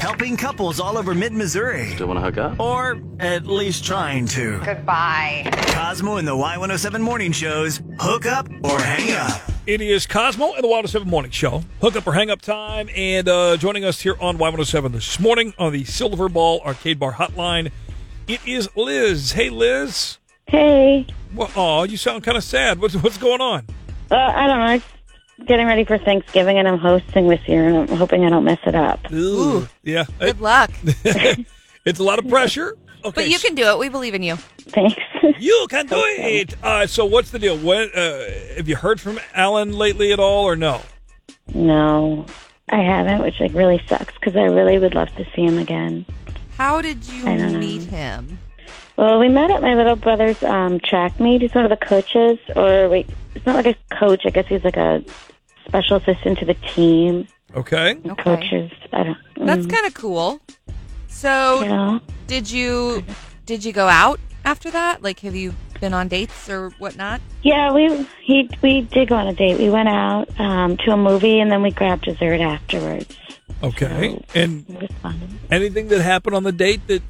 helping couples all over mid Missouri. Still want to hook up? Or at least trying to. Goodbye. Cosmo and the Y107 morning shows hook up or hang up. It is Cosmo and the Wild 7 Morning Show. Hook up or hang up time. And uh, joining us here on Y107 this morning on the Silver Ball Arcade Bar Hotline, it is Liz. Hey, Liz. Hey, Well, aw, you sound kind of sad. What's, what's going on? uh, I don't know. I'm getting ready for Thanksgiving, and I'm hosting this year, and I'm hoping I don't mess it up. Ooh. Yeah. Good luck. It- it's a lot of pressure. Okay, But you so- can do it. We believe in you. Thanks. You can do it. Uh, so, what's the deal? What, uh, have you heard from Alan lately at all, or no? no, I haven't, which like really sucks because I really would love to see him again. How did you I don't know. meet him? Well, we met at my little brother's um, track meet. He's one of the coaches, or wait, it's not like a coach. I guess he's like a special assistant to the team. Okay. Okay. Coaches, I don't. That's mm, kind of cool. So, you know. did you did you go out after that? Like, have you been on dates or whatnot? Yeah, we he we did go on a date. We went out um, to a movie, and then we grabbed dessert afterwards. Okay. And It was fun. anything that happened on the date that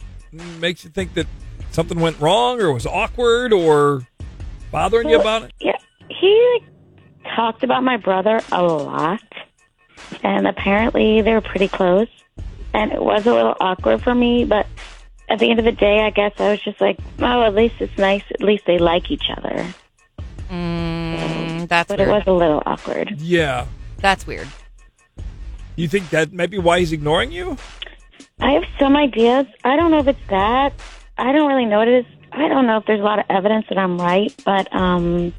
makes you think that something went wrong or was awkward or bothering you about it? Yeah, he like, talked about my brother a lot, and apparently they were pretty close. And it was a little awkward for me, but at the end of the day, I guess I was just like, oh, at least it's nice. At least they like each other. Mm, that's But weird. it was a little awkward. Yeah. that's weird. You think that might be why he's ignoring you? I have some ideas. I don't know if it's that. I don't really know what it is. I don't know if there's a lot of evidence that I'm right, but um,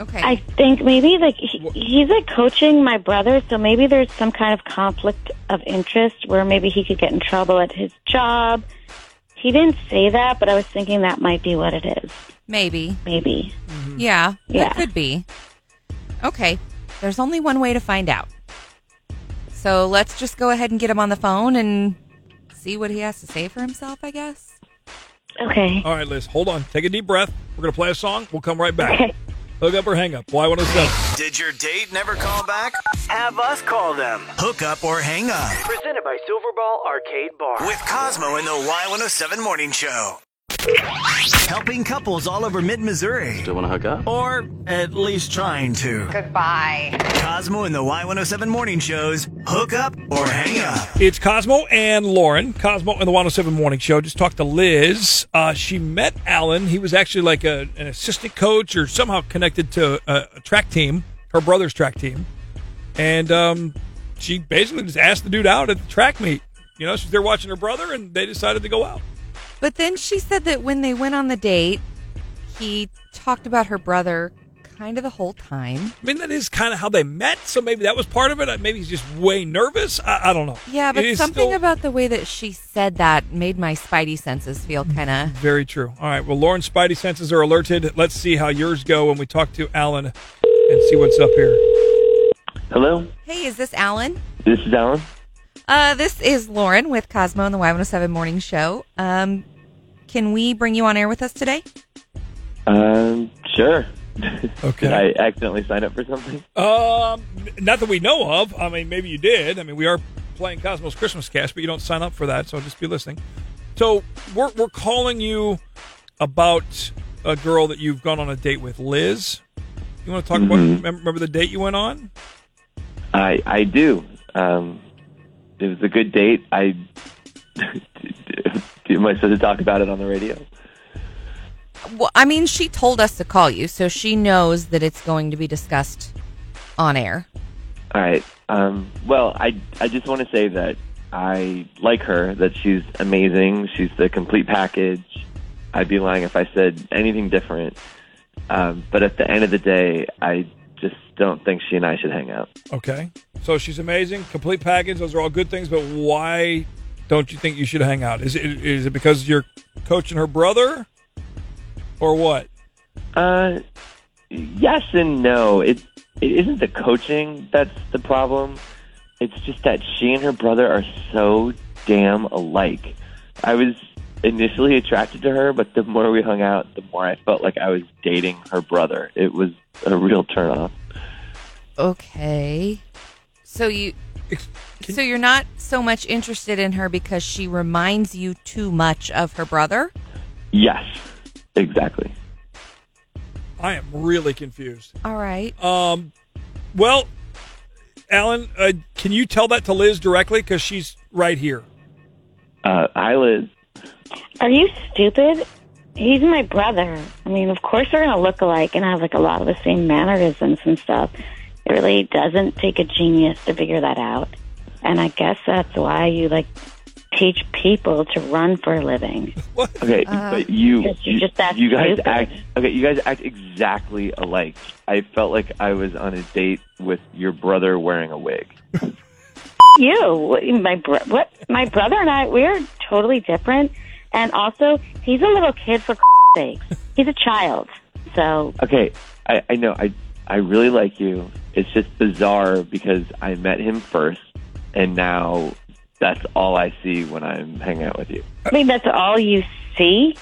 Okay. I think maybe like he, he's like coaching my brother, so maybe there's some kind of conflict of interest where maybe he could get in trouble at his job. He didn't say that, but I was thinking that might be what it is. Maybe. Maybe. Yeah. Yeah. It could be. Okay. There's only one way to find out. So let's just go ahead and get him on the phone and see what he has to say for himself, I guess. Okay. All right, Liz, hold on. Take a deep breath. We're going to play a song. We'll come right back. Hook up or hang up. Y107. Did your date never call back? Have us call them. Hook up or hang up Presented by Silverball Arcade Bar. with Cosmo and the Y107 morning show. Helping couples all over mid Missouri. Still want to hook up? Or at least trying to. Goodbye. Cosmo and the Y107 morning shows hook up or hang up. It's Cosmo and Lauren. Cosmo and the 107 Morning Show. Just talked to Liz. Uh, she met Alan. He was actually like a, an assistant coach or somehow connected to a, a track team, her brother's track team. And um, she basically just asked the dude out at the track meet. You know, she's there watching her brother, and they decided to go out. But then she said that when they went on the date, he talked about her brother kind of the whole time. I mean, that is kind of how they met. So maybe that was part of it. Uh, Maybe he's just way nervous. I, I don't know. Yeah, but It is something still- about the way that she said that made my spidey senses feel kind of. Very true. All right. Well, Lauren's spidey senses are alerted. Let's see how yours go when we talk to Alan and see what's up here. Hello, Hey, is this Alan? this is Alan. Uh, this is Lauren with Cosmo and the Y107 Morning Show. Um, can we bring you on air with us today? Um, sure. Okay. Did I accidentally sign up for something? Um, not that we know of. I mean, maybe you did. I mean, we are playing Cosmos Christmas Cast, but you don't sign up for that, so just be listening. So we're we're calling you about a girl that you've gone on a date with, Liz. You want to talk about? Mhm. Remember, remember the date you went on? I I do. Um, it was a good date. I am I supposed to talk about it on the radio? Well, I mean, she told us to call you, so she knows that it's going to be discussed on air. All right. Um, well, I I just want to say that I like her. That she's amazing. She's the complete package. I'd be lying if I said anything different. Um, but at the end of the day, I just don't think she and I should hang out. Okay. So she's amazing, complete package. Those are all good things, but why don't you think you should hang out? Is it is it because you're coaching her brother, or what? Uh, yes and no. It it isn't the coaching that's the problem. It's just that she and her brother are so damn alike. I was initially attracted to her, but the more we hung out, the more I felt like I was dating her brother. It was a real turn off. Okay. So you ex- So you're not so much interested in her because she reminds you too much of her brother? Yes, exactly. I am really confused. All right. Um, well, Alan, uh, can you tell that to Liz directly because she's right here? Uh, hi, Liz. Are you stupid? He's my brother. I mean, of course we're gonna look alike and have like a lot of the same mannerisms and stuff. It really doesn't take a genius to figure that out. And I guess that's why you like teach people to run for a living. Okay, but you, Yes, you're you, Uh, just that you guys stupid. act okay. You guys act exactly alike. I felt like I was on a date with your brother wearing a wig. You, what- my bro- what? My brother and I, we're totally different. And also, he's a little kid for sake. He's a child. So Okay, I, I know. I I really like you. It's just bizarre because I met him first, and now that's all I see when I'm hanging out with you. I mean, that's all you see.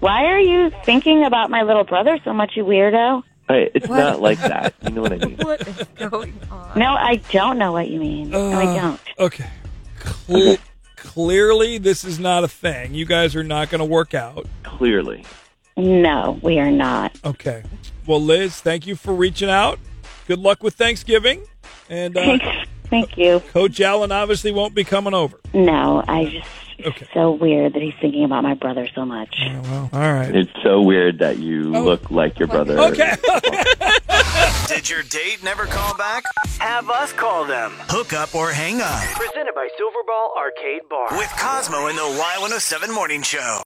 Why are you thinking about my little brother so much, you weirdo? Hey, it's What? not like that. You know what I mean? What is going on? No, I don't know what you mean. no, I Uh. don't. Okay. Cle- Clearly, this is not a thing. You guys are not going to work out. Clearly. No, we are not. Okay. Well, Liz, thank you for reaching out. Good luck with Thanksgiving. And uh, Thanks. Thank you. Coach Allen obviously won't be coming over. No, I just. It's Okay. so weird that he's thinking about my brother so much. Well, all right. It's so weird that you Oh, look like your brother. Okay. Did your date never call back? Have us call them. Hook up or hang up Presented by Silverball Arcade Bar. with Cosmo in the Y107 Morning Show.